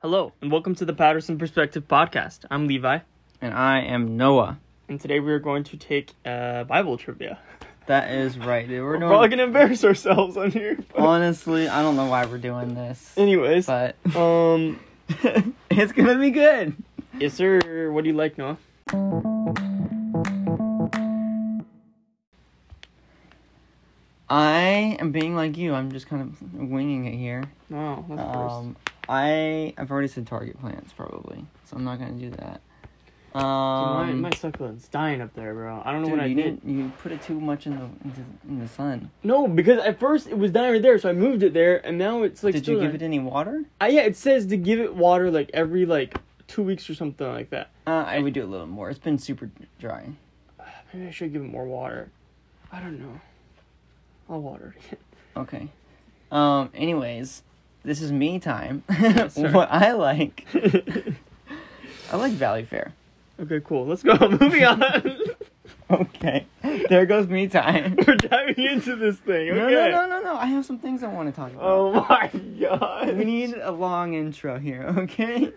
Hello, and welcome to the Patterson Perspective Podcast. I'm Levi, And I am Noah. and today we are going to take uh, Bible trivia. That is right. dude. We're We're doing, probably going to embarrass ourselves on here. but- honestly, I don't know why we're doing this, Anyways, but um, it's gonna be good. yes, sir. What do you like, Noah? I am being like you. I'm just kind of winging it here. No, that's first. Um, I I've already said target plants probably, so I'm not gonna do that. Dude, my, Um, my succulent's dying up there, bro. I don't know dude, what I you did. didn't. You put it too much in the into, in the sun. No, because at first it was dying right there, so I moved it there, and now it's like Did still you give dying. it any water? Uh, yeah, it says to give it water like every like two weeks or something like that. Uh, I would do a little more. It's been super dry. Maybe I should give it more water. I don't know. I'll water it. Okay. Um. Anyways, this is me time. sir. what I like, I like Valley Fair. Okay, cool. Let's go. Moving on. Okay. There goes me time. We're diving into this thing. Okay. No, no, no, no, no. I have some things I want to talk about. Oh my god. We need a long intro here, okay?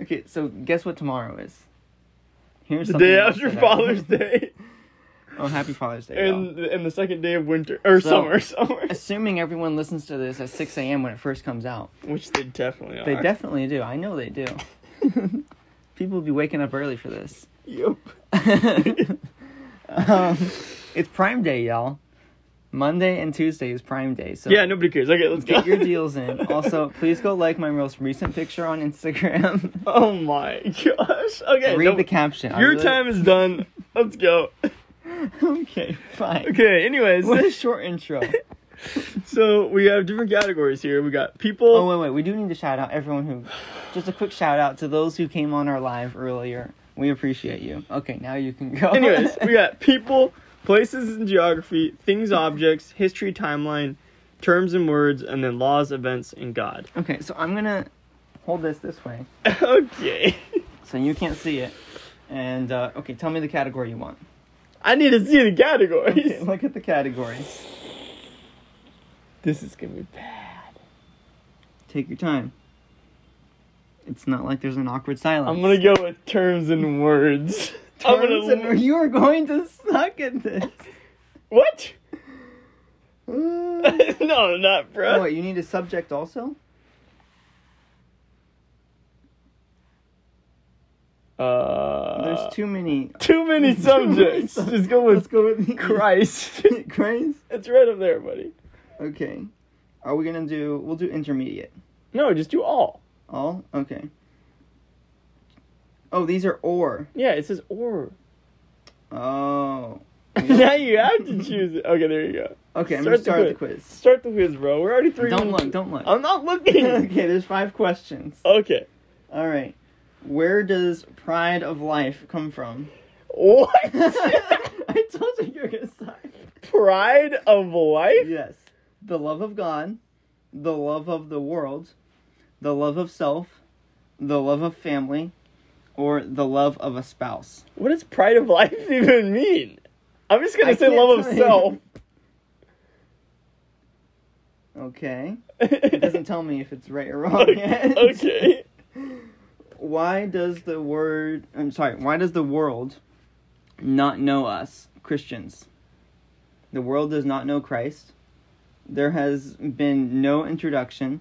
Okay. So guess what tomorrow is? Here's the something day else after that I- Father's Day Oh, happy Father's Day. y'all. and and the second day of winter or So- summer, summer. Assuming everyone listens to this at 6 a.m. when it first comes out. Which they definitely are. They definitely do. I know they do. People be waking up early for this. Yep. um, it's Prime Day, y'all. Monday and Tuesday is Prime Day. So Yeah, nobody cares. Okay, let's get go. your deals in. Also, please go like my most recent picture on Instagram. Oh my gosh. Okay. Read don't- the caption. I your really- time is done. Let's go. okay, fine. Okay. Anyways, What a short intro. so we have different categories here. We got people. Oh wait, wait. We do need to shout out everyone who. Just a quick shout out to those who came on our live earlier. We appreciate you. Okay, now you can go. Anyways, we got people, places and geography, things, objects, history, timeline, terms and words, and then laws, events, and God. okay, so I'm gonna hold this this way. okay. so you can't see it. And uh, okay, tell me the category you want. I need to see the categories. Okay, look at the categories. This is gonna be bad. Take your time. It's not like there's an awkward silence. I'm gonna go with terms and words. I'm gonna Terms and- you are going to suck at this. what? oh, no, not bro. wait, you need a subject also? uh, There's too many. too many subjects. Just go Let's with go with the- Christ. Christ. it's right up there, buddy. Okay. Are we gonna do? We'll do intermediate. No, just do all. All okay. Oh, these are or. Yeah, it says or. Oh. now you have to choose it. Okay, there you go. Okay, I'm Start gonna the start the quiz. quiz. Start the quiz, bro. We're already 3 Don't minutes- look, don't look. I'm not looking. okay, there's five questions. okay. All right. Where does pride of life come from? What? I told you you were going to sign. Pride of life? Yes. The love of God, the love of the world, the love of self, the love of family, or the love of a spouse. What does pride of life even mean? I'm just gonna I say can't love of tell you. self. Okay. It doesn't tell me if it's right or wrong yet. okay. Why does the word I'm sorry, why does the world not know us Christians? The world does not know Christ. There has been no introduction.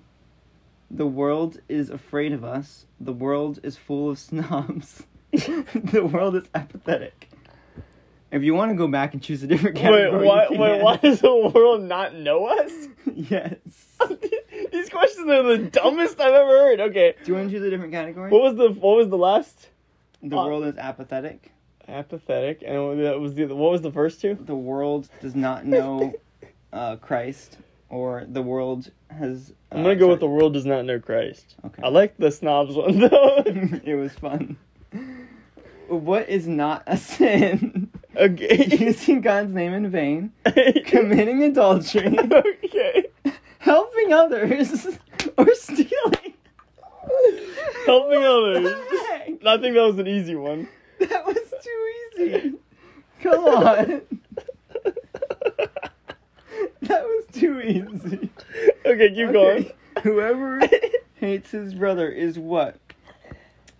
The world is afraid of us. The world is full of snobs. the world is apathetic. If you want to go back and choose a different Wait, category, why, you wait, can. why does the world not know us? Yes. These questions are the dumbest I've ever heard. Okay. Do you want to choose a different category? What was the what was the last? the uh, world is apathetic. Apathetic. And what was the what was the first two? the world does not know uh, Christ, or the world has. uh, I'm gonna go with the world does not know Christ. Okay. I like the snobs one though. it was fun. What is not a sin? Okay. Using God's name in vain, committing adultery, okay. helping others, or stealing. Helping What others. the heck? I think that was an easy one. That was too easy. Come on. That was too easy. okay, keep Okay, going. Whoever hates his brother is what?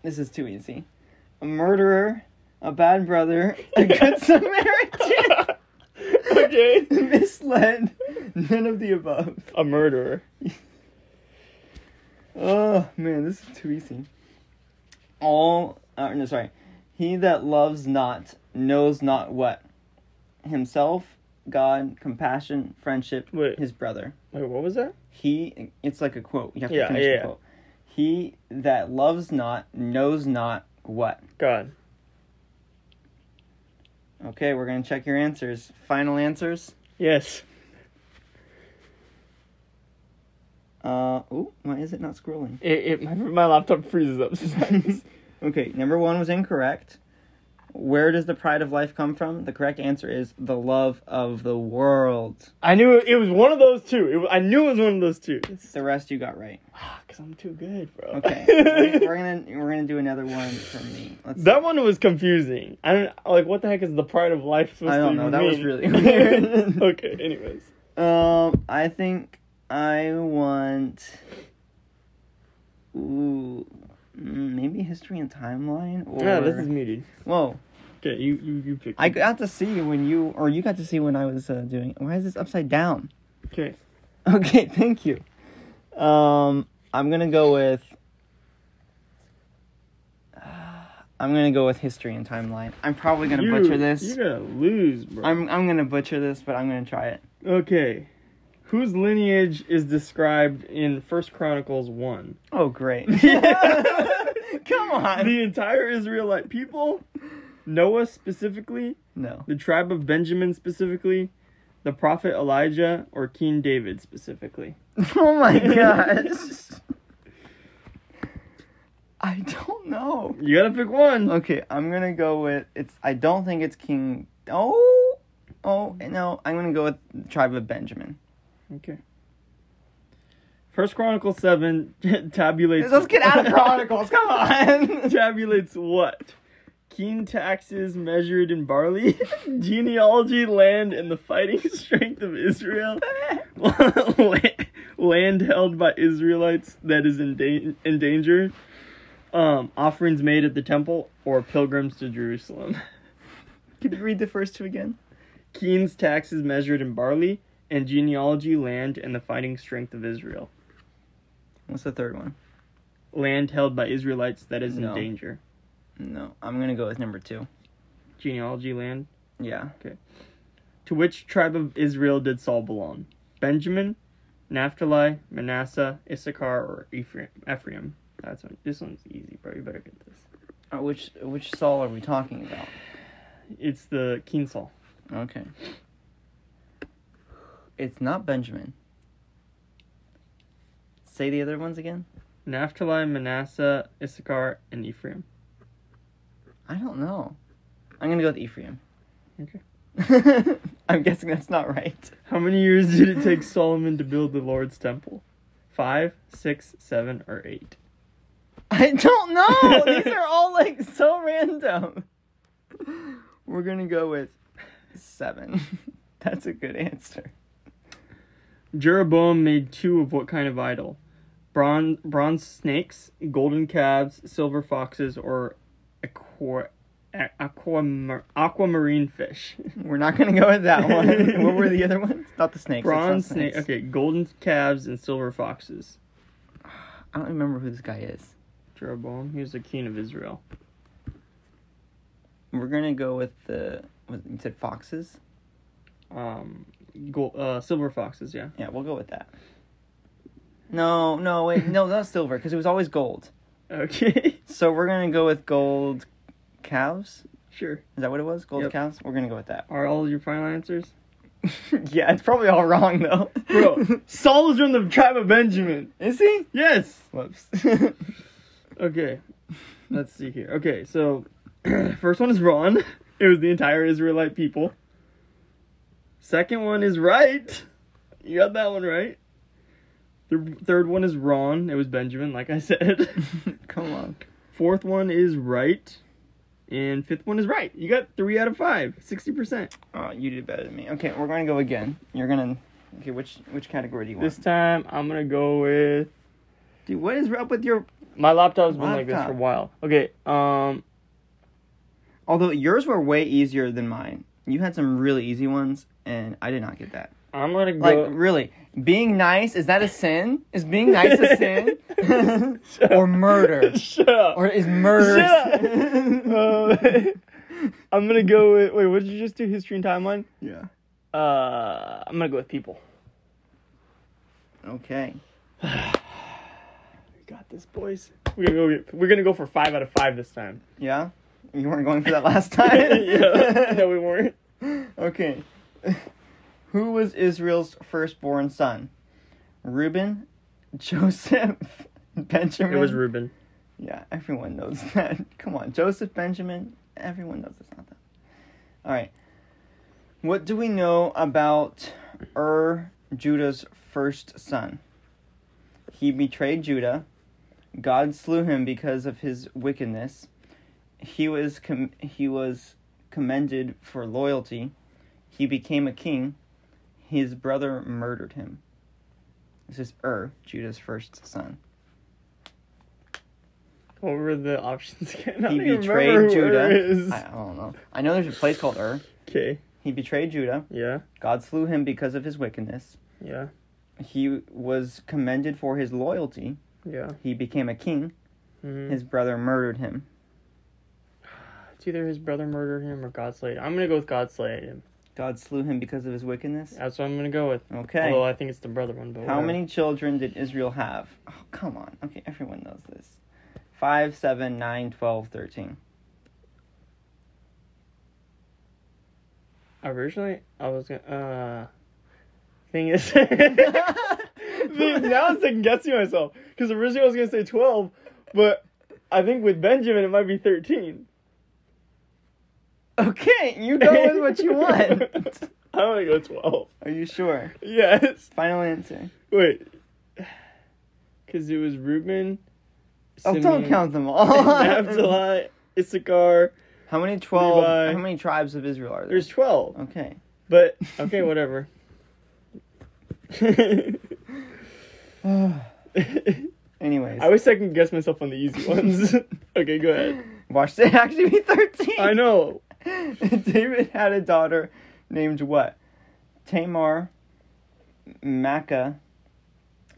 This is too easy. A murderer, a bad brother, a good Samaritan, okay. misled, none of the above. A murderer. Oh man, this is too easy. All uh, no, sorry. He that loves not knows not what himself, God, compassion, friendship, Wait. his brother. Wait, what was that? He. It's like a quote. You have to Yeah, finish yeah. the quote. He that loves not knows not what. God. Okay, we're gonna check your answers. Final answers. Yes. Uh oh, why is it not scrolling? It, it, my, my laptop freezes up sometimes. Okay, number one was incorrect. Where does the pride of life come from? The correct answer is the love of the world. I knew it, it was one of those two. It, wa- I knew it was one of those two. The rest you got right. Because I'm too good, bro. Okay, we're, we're gonna we're gonna do another one for me. Let's, That one was confusing. I don't like what the heck is the pride of life supposed I don't to know, that was mean? really weird. okay, anyways. um, I think I want. Ooh, mm, maybe history and timeline. Or Yeah, Ah, this is muted. whoa. Okay, you you you pick. I got to see when you or you got to see when I was uh, doing. Why is this upside down? okay. Okay, thank you. Um, I'm gonna go with. I'm gonna go with history and timeline. I'm probably gonna You- butcher this. You're gonna lose, bro. I'm I'm gonna butcher this, but I'm gonna try it. Okay. Whose lineage is described in First Chronicles one? Oh great! Come on. The entire Israelite people, Noah specifically, No. the tribe of Benjamin specifically, the prophet Elijah, or King David specifically. Oh my gosh. I don't know. You gotta pick one. Okay, I'm gonna go with it's. I don't think it's King. Oh, oh no! I'm gonna go with tribe of Benjamin. Okay. First Chronicle seven tabulates. Let's get out of Chronicles. Come on. tabulates what? Keen taxes measured in barley, genealogy, land, and the fighting strength of Israel. La- land held by Israelites that is in, da- in danger. Um, offerings made at the temple or pilgrims to Jerusalem. Could you read the first two again? Keen's taxes measured in barley and genealogy, land, and the fighting strength of Israel. What's the third one? Land held by Israelites that is No. in danger. No, I'm gonna go with number two. Genealogy, land. Yeah. To which tribe of Israel did Saul belong? Benjamin, Naphtali, Manasseh, Issachar, or Ephraim? Ephraim. That's one. This one's easy, bro. You better get this. Uh, which which Saul are we talking about? It's the King Saul. Okay. It's not Benjamin. Say the other ones again. Naphtali, Manasseh, Issachar, and Ephraim. I don't know. I'm gonna go with Ephraim. Okay. I'm guessing that's not right. How many years did it take Solomon to build the Lord's temple? Five, six, seven, or eight? I don't know. These are all like so random. We're gonna go with seven. That's a good answer. Jeroboam made two of what kind of idol? Bronze, bronze snakes, golden calves, silver foxes, or aqua, a- aquamar- aquamarine fish. We're not gonna go with that one. what were the other ones? Not the snakes. it's not Bronze snake. snakes. Okay, golden calves and silver foxes. I don't remember who this guy is. Jeroboam, he was the king of Israel. We're gonna go with the. What, you said foxes. Um, gold, uh, silver foxes. Yeah. Yeah, we'll go with that. No, no, wait, no, not silver, because it was always gold. Okay. So we're gonna go with gold calves. sure. Is that what it was? Gold Yep. calves. We're gonna go with that. Are all your final answers? yeah, it's probably all wrong though. Bro, Saul is from the tribe of Benjamin. is he? Yes. Whoops. Okay. Let's see here. Okay, so first one is wrong. It was the entire Israelite people. Second one is right. You got that one right. The third one is wrong. It was Benjamin, like I said. Come on. Fourth one is right. And fifth one is right. You got three out of five. 60%. Oh, you did better than me. Okay, we're gonna go again. You're gonna. Okay, which which category do you want? This time I'm gonna go with Dude, what is up with your? My laptop's been like this for a Laptop. while. Okay, um, Although yours were way easier than mine. You had some really easy ones, and I did not get that. I'm gonna go. Like really, being nice is that a sin? Is being nice a sin? or murder? Shut up. Or is murder? Shut sin? Um, I'm gonna go with. Wait, what did you just do? History and timeline. yeah. Uh, I'm gonna go with people. Okay. We got this, boys. We're gonna go. Get, we're gonna go for five out of five this time. Yeah. You weren't going for that last time. yeah. No, we weren't. Okay. Who was Israel's firstborn son? Reuben, Joseph, Benjamin. It was Reuben. Yeah, everyone knows that. Come on, Joseph, Benjamin. Everyone knows it's not that. All right. What do we know about Ur, Judah's first son? He betrayed Judah. God slew him because of his wickedness. He was com- he was commended for loyalty. He became a king. His brother murdered him. This is Ur, Judah's first son. What were the options again? I He don't even betrayed remember who Judah. it is. I, I don't know. I know there's a place called Ur. Okay. He betrayed Judah. Yeah. God slew him because of his wickedness. Yeah. He was commended for his loyalty. Yeah. He became a king. Mhm. His brother murdered him. It's either his brother murdered him or God slayed. him. I'm gonna go with God slayed him. God slew him because of his wickedness. That's what I'm gonna go with. Although Okay. I think it's the brother one. But How whatever. many children did Israel have? Oh, come on. Okay, everyone knows this. Five, seven, nine, twelve, thirteen. Originally, I was gonna. Uh, thing is, See, now I'm second guessing myself because originally I was gonna say twelve, but I think with Benjamin it might be thirteen. Okay, you go with what you want. I'm gonna go twelve. Are you sure? Yes. Final answer. Wait. Because it was Reuben. Oh, don't Simeon, count them all. Naphtali, Issachar. How many twelve? Levi. How many tribes of Israel are there? There's twelve. okay. But okay, whatever. Anyways, I wish I could guess myself on the easy ones. okay, go ahead. watched it actually be thirteen. I know. David had a daughter named what? Tamar, Makkah,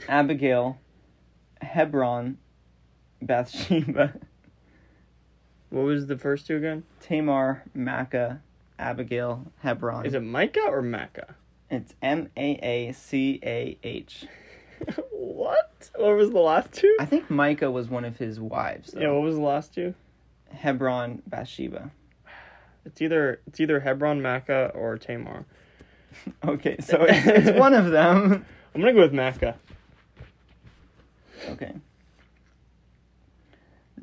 Abigail, Hebron, Bathsheba. What was the first two again? Tamar, Makkah, Abigail, Hebron. Is it Micah or Maccah? it's M A A C A H. what? What was the last two? I think Micah was one of his wives. Though. Yeah, what was the last two? Hebron, Bathsheba. It's either it's either Hebron, Maccah, or Tamar. Okay, so it's, it's one of them. I'm gonna go with Maccah. Okay.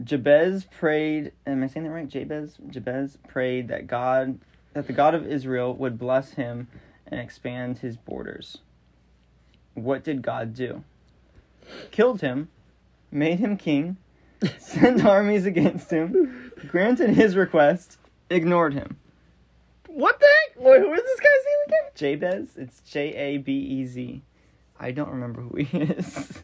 Jabez prayed. Am I saying that right? Jabez. Jabez prayed that God, that the God of Israel would bless him and expand his borders. What did God do? Killed him, made him king, sent armies against him, granted his request, ignored him. What the heck? Wait, who is this guy's name again? Jabez. It's J A B E Z. I don't remember who he is.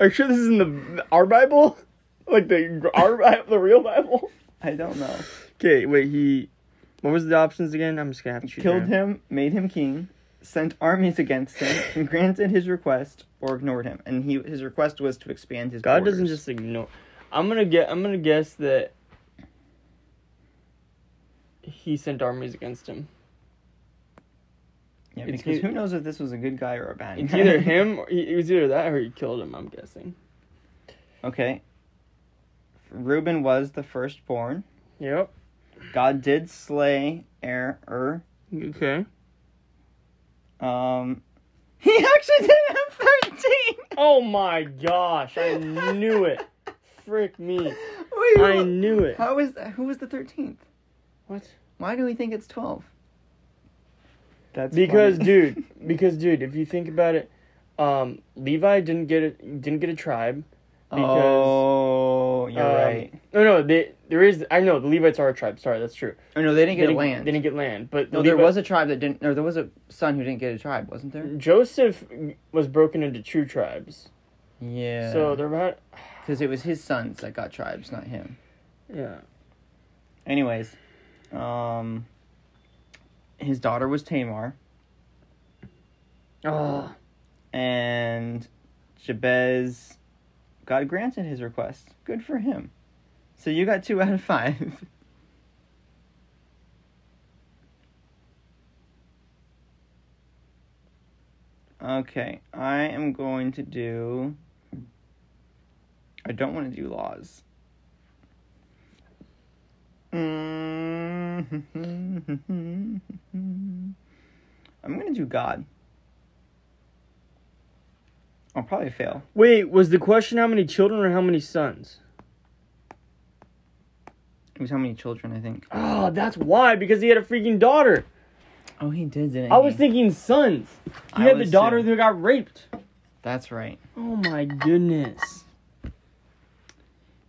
Are you sure this is in the our Bible? Like the our Bible, the real Bible? I don't know. Okay, wait. He. What was the options again? I'm just gonna have to choose killed random. him, made him king, sent armies against him, and granted his request or ignored him. And he his request was to expand his. God borders. doesn't just ignore. I'm gonna get. I'm gonna guess that he sent armies against him. Yeah, it's because e- who knows if this was a good guy or a bad It's guy? either him. Or, it was either that or he killed him. I'm guessing. okay. Reuben was the firstborn. Yep. God did slay Er. Er. Okay. Um, he actually did have thirteen. Oh my gosh! I knew it. Frick me! Wait, I wha- knew it. how is that? Who was the thirteenth? What? Why do we think it's twelve? That's Because funny. dude, because dude, if you think about it, um, Levi didn't get a didn't get a tribe. Because oh, you're Um, right. No, no, they, there is. I know the Levites are a tribe. Sorry, that's true. Oh no, they didn't they get a land. They didn't get land, but the no, there Levi- was a tribe that didn't. Or there was a son who didn't get a tribe, wasn't there? Joseph was broken into two tribes. Yeah. So they're about because it was his sons that got tribes, not him. yeah. Anyways, um, his daughter was Tamar, Oh, and Jabez, God granted his request. Good for him. So you got two out of five. Okay, I am going to do. I don't want to do laws. Mm-hmm. Mm. I'm going to do God. I'll probably fail. wait, was the question how many children or how many sons? It was how many children, I think. Oh, that's why because he had a freaking daughter. Oh, he did, didn't I he? was thinking sons. He I had the was daughter too. who got raped. That's right. Oh my goodness.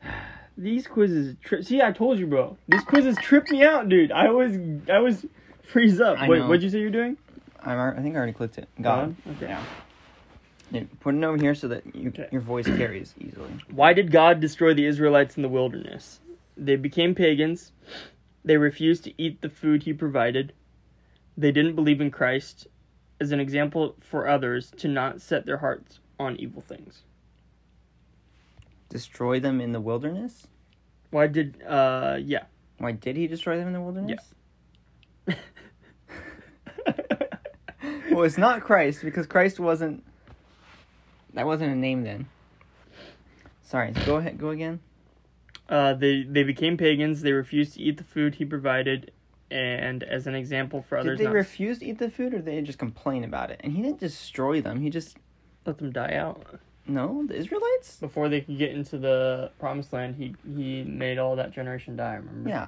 These quizzes trip. See, I told you, bro. These quizzes trip me out, dude. I always, I always freeze up. I Wait, know. what'd you say you're doing? I'm, al- I think I already clicked it. God. Okay. Yeah. Yeah, Put it over here so that you, Okay. your voice carries easily. Why did God destroy the Israelites in the wilderness? They became pagans. They refused to eat the food he provided. They didn't believe in Christ as an example for others to not set their hearts on evil things. Destroy them in the wilderness? Why did uh yeah. Why did he destroy them in the wilderness? Well, it's not Christ because Christ wasn't. That wasn't a name then. Sorry. Go ahead. Go again. Uh, they they became pagans. They refused to eat the food he provided, and as an example for Did others, they not refuse to eat the food or did they just complain about it? And he didn't destroy them. He just let them die out no the Israelites. before they could get into the promised land. He he made all that generation die. Remember? Yeah,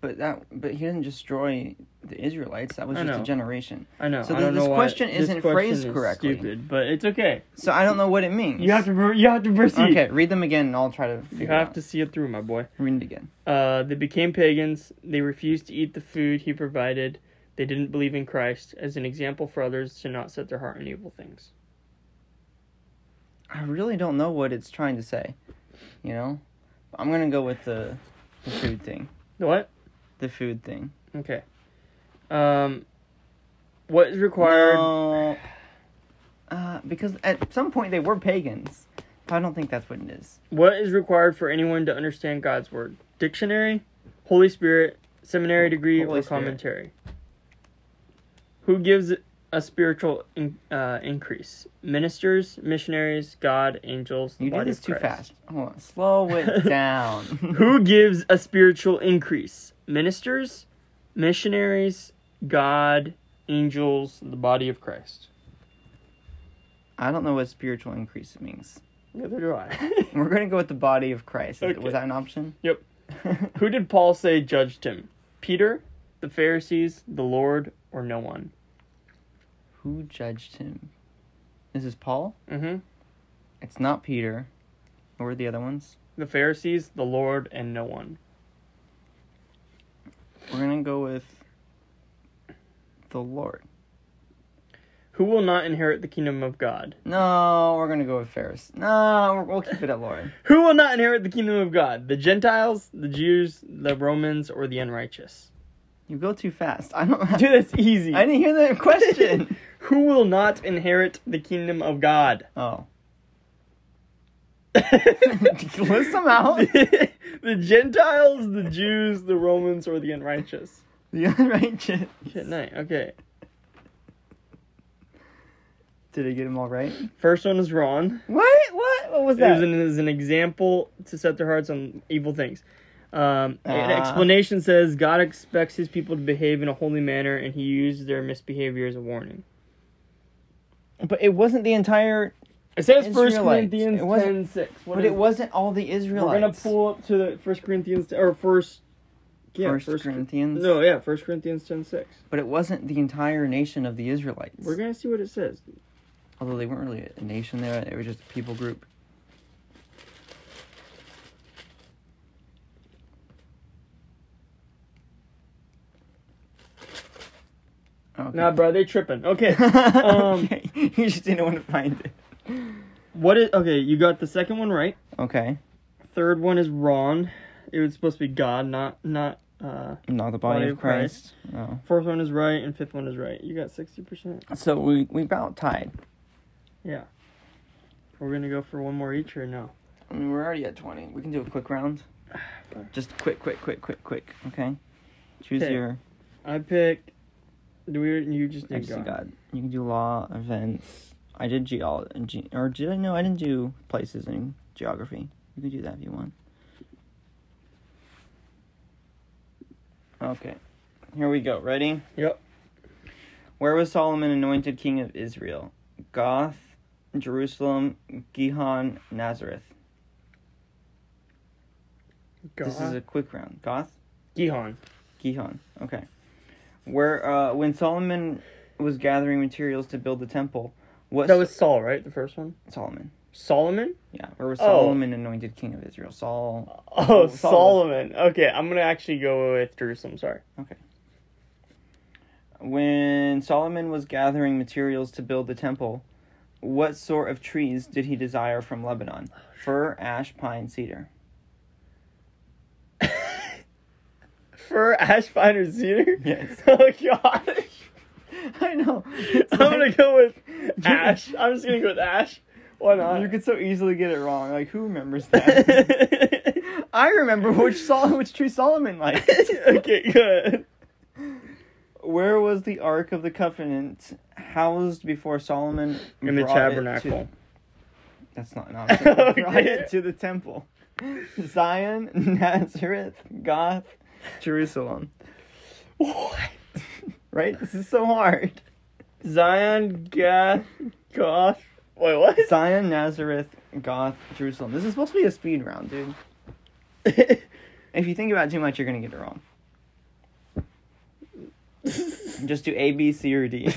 but that but he didn't destroy the Israelites. That was I just know. a generation. I know. So I th- don't this know why- question this isn't question phrased is correctly. Stupid, but it's okay. So I don't know what it means. You have to pro- you have to proceed. Okay, read them again, and I'll try to. Figure You it have out. to see it through, my boy. read it again. Uh, they became pagans. They refused to eat the food he provided. They didn't believe in Christ as an example for others to not set their heart on evil things. I really don't know what it's trying to say. You know, I'm gonna go with the, the food thing. What? The food thing. Okay. Um, what is required? No, uh, because at some point they were pagans. But I don't think that's what it is. What is required for anyone to understand God's word? Dictionary, Holy Spirit, seminary degree, Holy or Spirit. commentary. Who gives a spiritual in, uh, increase? Ministers, missionaries, God, angels. the You did body this of too Christ. fast. Hold on, slow it down. Who gives a spiritual increase? Ministers, missionaries, God, angels, the body of Christ. I don't know what spiritual increase means. Neither do I. We're gonna go with the body of Christ. Is- Okay. Was that an option? Yep. Who did Paul say judged him? Peter, the Pharisees, the Lord, or no one? Who judged him? This is Paul. hmm It's not Peter. What were the other ones? The Pharisees, the Lord, and no one. We're gonna go with the Lord. Who will not inherit the kingdom of God? No, we're gonna go with Ferris. No, we're- we'll keep it at Lord. Who will not inherit the kingdom of God? The Gentiles, the Jews, the Romans, or the unrighteous? You go too fast. I don't. Dude, that's easy. I didn't hear the question. Who will not inherit the kingdom of God? oh, list List them out. the Gentiles, the Jews, the Romans, or the unrighteous? The unrighteous. Shit, night. Okay. Did I get them all right? First one is wrong. What? What? What was It that? was an, it was an example to set their hearts on evil things. Um, an Ah. explanation says God expects his people to behave in a holy manner, and he used their misbehavior as a warning. but it wasn't the entire. It says First Israelites. Corinthians It wasn't- ten six. What but is- it wasn't all the We're Israelites. gonna pull up to the First Corinthians or First. Yeah, First, Corinthians. No, yeah, First Corinthians ten six. but it wasn't the entire nation of the Israelites. We're gonna see what it says. Although they weren't really a nation there, they were just a people group. Okay. Nah, bro, they tripping. Okay. um, okay. You just didn't want to find it. What is okay? You got the second one right. Okay. Third one is Ron. It was supposed to be God, not not. uh Not the body, of Christ. Fourth one is right, and fifth one is right. You got sixty percent. Oh. So we we about tied. Yeah. We're gonna go for one more each or no? I mean, we're already at twenty. We can do a quick round. Just quick, quick, quick, quick, quick. Okay. Choose Okay. your. I picked. Do we? You just I did just did God. God. You can do law, events. I did geology, or did I? No, I didn't do places and geography. You can do that if you want. Okay, here we go. Ready? Yep. Where was Solomon anointed king of Israel? Goth, Jerusalem, Gihon, Nazareth. God. This is a quick round. Goth. Gihon. Gihon. Okay. Where uh, when Solomon was gathering materials to build the temple, what That was Saul, right? The first one. Solomon? Solomon. Yeah, where was Oh. Solomon anointed king of Israel? Saul. Oh, Oh, Solomon. Solomon. Okay, I'm gonna actually go with Jerusalem. Sorry. When Solomon was gathering materials to build the temple, what sort of trees did he desire from Lebanon? Fir, ash, pine, cedar. Fir, ash, pine, or cedar? Yes. oh gosh. I know. I'm gonna go with ash. I'm just gonna go with ash. Why not? You could so easily get it wrong. Like who remembers that? I remember which Sol- which tree Solomon liked. okay, good. Where was the Ark of the Covenant housed before Solomon? In the brought it to- tabernacle. That's not an option. Okay. Brought it to the temple. Zion, Nazareth, Goth, Jerusalem. What? Right? This is so hard. Zion, Gath, Goth. Wait, what? Zion, Nazareth, Goth, Jerusalem. This is supposed to be a speed round, dude. If you think about it too much, you're gonna get it wrong. Just do A, B, C, or D.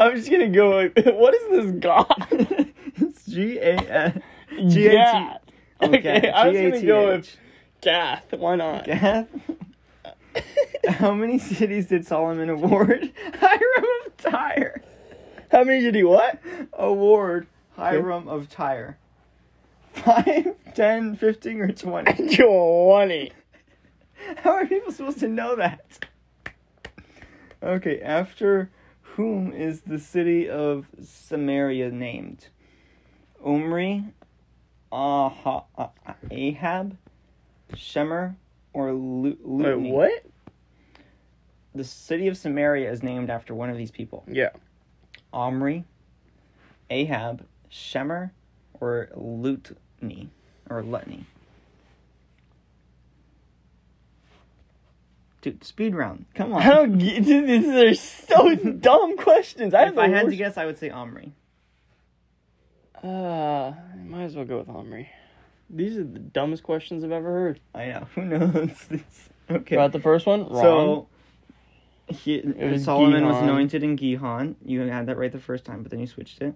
I'm just gonna go with. What is this Goth? it's G A N. G A Oh, Gath. T. Okay, I'm just gonna go G-A-T-H. with Gath. Why not? Gath. How many cities did Solomon award? Hiram of Tyre. How many did he what? Award Hiram of Tyre. Five, ten, fifteen, or 20. Twenty. How are people supposed to know that? Okay, after whom is the city of Samaria named? Omri, Aha, Ah- Ahab, Shemer, or Lu- Wait, Lutni? what? The city of Samaria is named after one of these people. Yeah. Omri, Ahab, Shemer, or Lutni, or Lutni. Dude, speed round. Come on. I don't get. Dude, these are so dumb questions. I have if I the had to worst- guess, I would say Omri. Uh, I might as well go with Omri. These are the dumbest questions I've ever heard. I know. Who knows this? Okay. About the first one, wrong. so, he, uh, was Solomon was Gihon. anointed in Gihon. You had that right the first time, but then you switched it.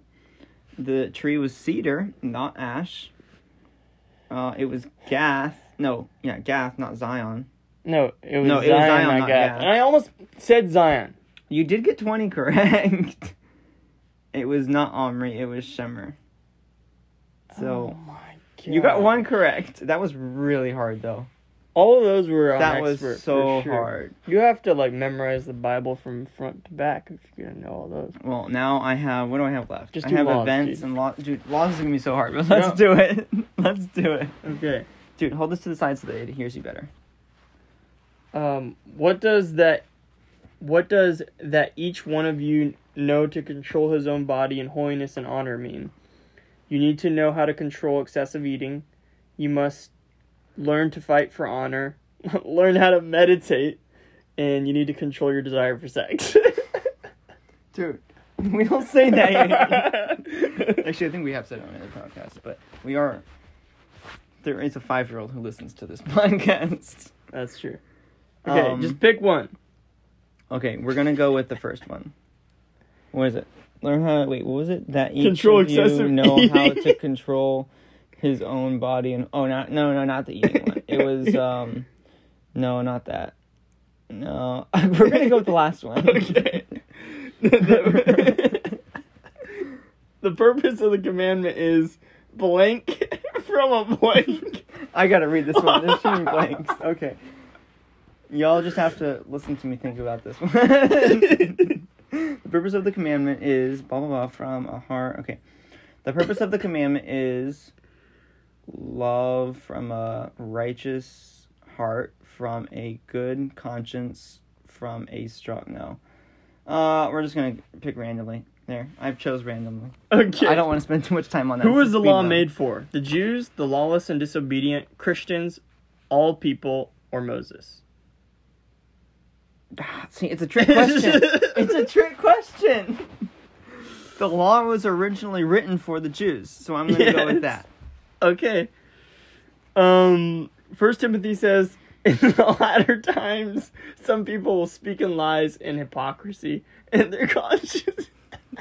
The tree was cedar, not ash. Uh, it was Gath. No, yeah, Gath, not Zion. no, it was No, it was Zion, Zion, not not Gath. Gath. And I almost said Zion. You did get 20 correct. It was not Omri, it was Shemmer. So, Oh my god. you got one correct. That was really hard, though. All of those were on expert, that was for so sure. hard. You have to like memorize the Bible from front to back if you're gonna know all those. Well, now I have. What do I have left? Just I do have laws, events dude. and laws. Dude, laws is gonna be so hard, but let's do it. let's do it. Okay. Dude, hold this to the side so that it hears you better. Um, what does that? What does that each one of you know to control his own body in holiness and honor mean? You need to know how to control excessive eating. You must learn to fight for honor. learn how to meditate, and you need to control your desire for sex. Dude, we don't say that. Yet. okay. Actually, I think we have said it on another podcast, but we are. There is a five-year-old who listens to this podcast. That's true. Okay, Um, just pick one. Okay, we're gonna go with the first one. What is it? Learn how. Wait, what was it? That each Control of you excessive know how eating. to control his own body and oh, not no no not the eating one. It was um, no, not that. No, we're gonna go with the last one. Okay. the the purpose of the commandment is blank from a blank. I gotta read this one. There's too many blanks. Okay. Y'all just have to listen to me think about this one. the purpose of the commandment is blah blah blah from a heart. Okay. The purpose of the commandment is love from a righteous heart, from a good conscience, from a strong. No. Uh, we're just gonna pick randomly. There, I've chose randomly. Okay. I don't want to spend too much time on that. Who was the Speed law bump. made for? The Jews, the lawless and disobedient, Christians, all people, or Moses? Ah, See, it's a trick question. it's a trick question. The law was originally written for the Jews, so I'm going to go Yes. with that. Okay. Um, First Timothy says, "In the latter times, some people will speak in lies and hypocrisy, and their conscience."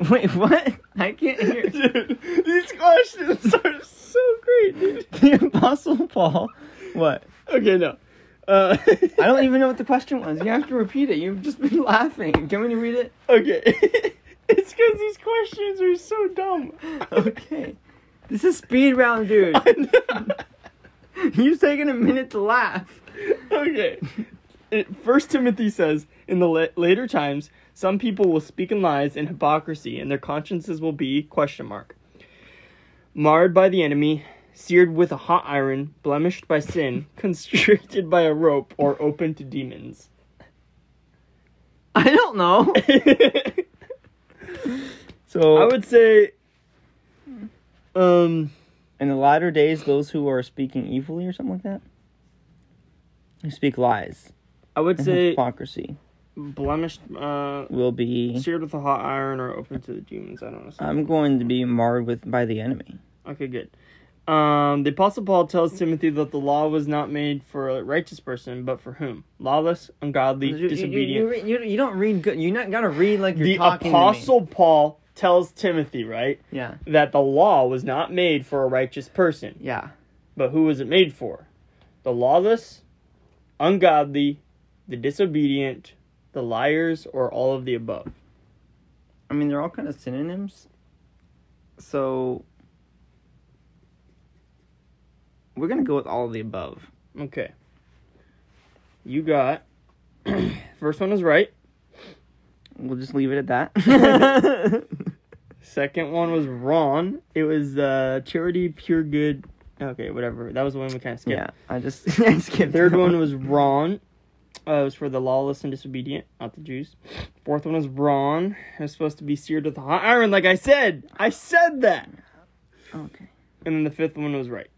Wait, what? I can't hear. Dude, these questions are so great, dude. the Apostle Paul. What? Okay, no. Uh, I don't even know what the question was. You have to repeat it. You've just been laughing. Can we read it? okay. it's because these questions are so dumb. Okay. This is speed round, dude. You've taken a minute to laugh. okay. It, First Timothy says, "In the la- later times, some people will speak in lies and hypocrisy, and their consciences will be question mark marred by the enemy, seared with a hot iron, blemished by sin, constricted by a rope, or open to demons." I don't know. so I I would say, um, In the latter days, those who are speaking evilly or something like that, who speak lies, I would and say hypocrisy, blemished, uh, will be seared with a hot iron, or open to the demons. I don't know. I'm going to be marred with by the enemy. Okay, good. Um, the Apostle Paul tells Timothy that the law was not made for a righteous person, but for whom? Lawless, ungodly, disobedient. You, you don't read good. You're not gonna read like you're the talking Apostle Paul tells Timothy, right, To me. Yeah, that the law was not made for a righteous person, yeah. but who was it made for? The lawless, ungodly, the disobedient, the liars, or all of the above. I mean, they're all kind of synonyms. So we're gonna go with all of the above. Okay. You got. First one is right. We'll just leave it at that. Second one was Ron. It was uh, Charity Pure Good. Okay, whatever. That was the one we kind of skipped. yeah, I just I skipped. Third that one was Ron. Uh, it was for the lawless and disobedient, not the Jews. Fourth one was Ron. It was supposed to be seared with a hot iron, like I said. I said that. Okay. And then the fifth one was right.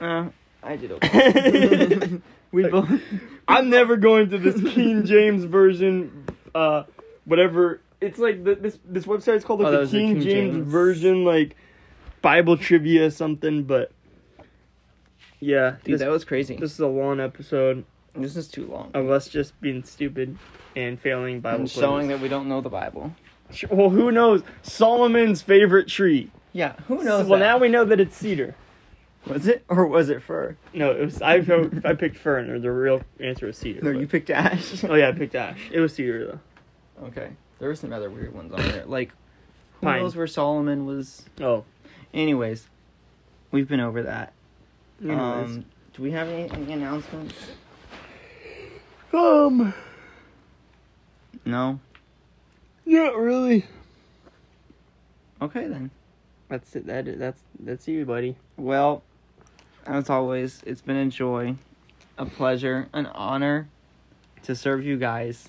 Uh, I did okay. we both. I'm never going to this King James version, uh, whatever. It's like the, this this website's called like Oh, that the was the King, King James, James. version, like Bible trivia something. But yeah, Dude, this, that was crazy. this is a long episode this is too long. of us just being stupid and failing Bible. I'm showing that we don't know the Bible. quizzes. Well, who knows Solomon's favorite tree? Yeah, who knows? well, that? now we know that it's cedar. Was it or was it fur? No, it was I. I picked fern, or the real answer was cedar. No, but- you picked ash. Oh yeah, I picked ash. It was cedar though. Okay, there were some other weird ones on there. Like, who Pine. knows where Solomon was? Oh. Anyways, we've been over that. anyways. Um, do we have any, any announcements? Um, No. not really. Okay then. That's it. That is, that's that's you, buddy. Well, as always, it's been a joy, a pleasure, an honor to serve you guys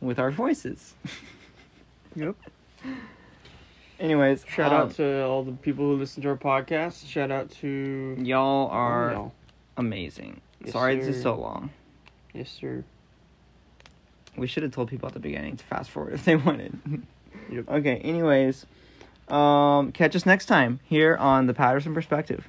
with our voices. Yep. Anyways, Shout um, out to all the people who listen to our podcast. Shout out to y'all are Oh, no. amazing. Yes, Sorry this is sir. so long. yes, sir. We should have told people at the beginning to fast forward if they wanted. Yep. Okay, anyways, um, catch us next time here on The Patterson Perspective.